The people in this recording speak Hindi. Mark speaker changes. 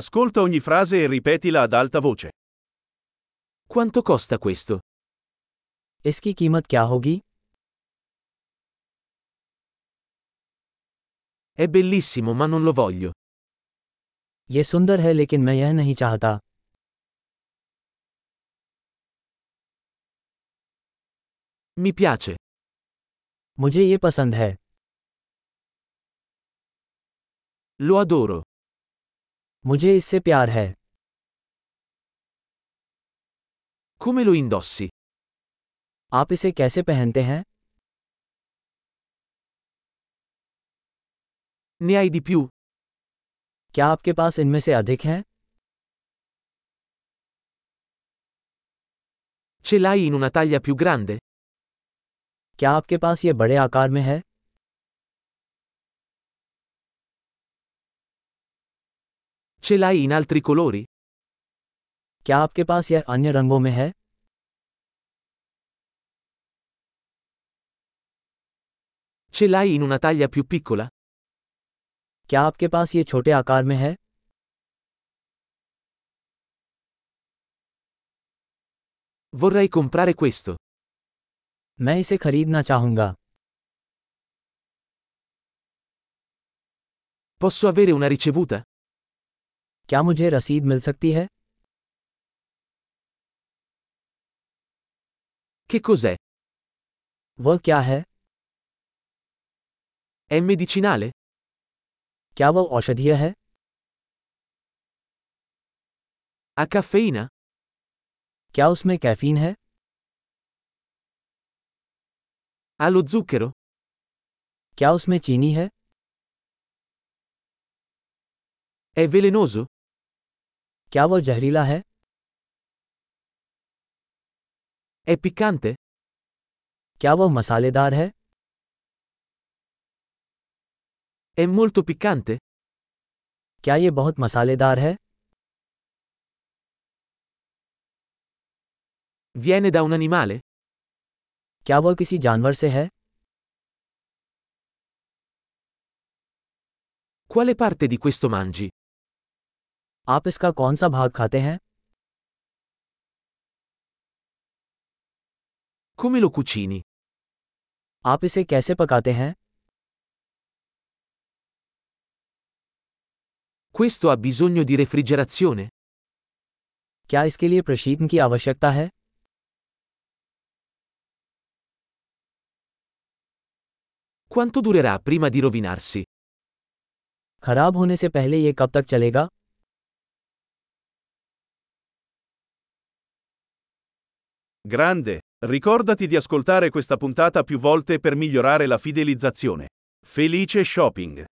Speaker 1: Ascolta ogni frase e ripetila ad alta voce. Quanto costa questo?
Speaker 2: इसकी कीमत क्या होगी
Speaker 1: È bellissimo ma non lo voglio.
Speaker 2: ये सुंदर है लेकिन मैं यह नहीं चाहता
Speaker 1: Mi piace.
Speaker 2: मुझे ये पसंद है
Speaker 1: Lo adoro.
Speaker 2: मुझे इससे प्यार है
Speaker 1: Come lo indossi?
Speaker 2: आप इसे कैसे पहनते हैं
Speaker 1: Ne hai di più?
Speaker 2: क्या आपके पास इनमें से अधिक हैं
Speaker 1: Ce l'hai in una taglia più grande?
Speaker 2: क्या आपके पास ये बड़े आकार में है
Speaker 1: Ce l'hai in altri colori?
Speaker 2: क्या आपके पास यह अन्य रंगों में है
Speaker 1: Ce l'hai in una taglia più piccola?
Speaker 2: क्या आपके पास ये छोटे आकार में है
Speaker 1: Vorrei comprare questo.
Speaker 2: मैं इसे खरीदना चाहूंगा
Speaker 1: Posso avere una ricevuta?
Speaker 2: क्या मुझे रसीद मिल सकती है
Speaker 1: Che cos'è?
Speaker 2: वह क्या है
Speaker 1: È medicinale?
Speaker 2: क्या वह औषधीय है
Speaker 1: Ha caffeina?
Speaker 2: क्या उसमें कैफीन है
Speaker 1: Ha lo zucchero?
Speaker 2: क्या उसमें चीनी है
Speaker 1: È velenoso?
Speaker 2: क्या वह जहरीला है
Speaker 1: È piccante?
Speaker 2: क्या वह मसालेदार है
Speaker 1: È molto piccante?
Speaker 2: क्या ये बहुत मसालेदार है
Speaker 1: Viene da un animale?
Speaker 2: क्या वह किसी जानवर से है
Speaker 1: Quale parte di questo mangi?
Speaker 2: आप इसका कौन सा भाग खाते हैं
Speaker 1: Come lo cucini?
Speaker 2: आप इसे कैसे पकाते हैं
Speaker 1: Questo ha bisogno di refrigerazione?
Speaker 2: क्या इसके लिए प्रशीतन की आवश्यकता है
Speaker 1: Quanto durerà prima di rovinarsi?
Speaker 2: खराब होने से पहले ये कब तक चलेगा
Speaker 1: Grande! Ricordati di ascoltare questa puntata più volte per migliorare la fidelizzazione. Felice shopping!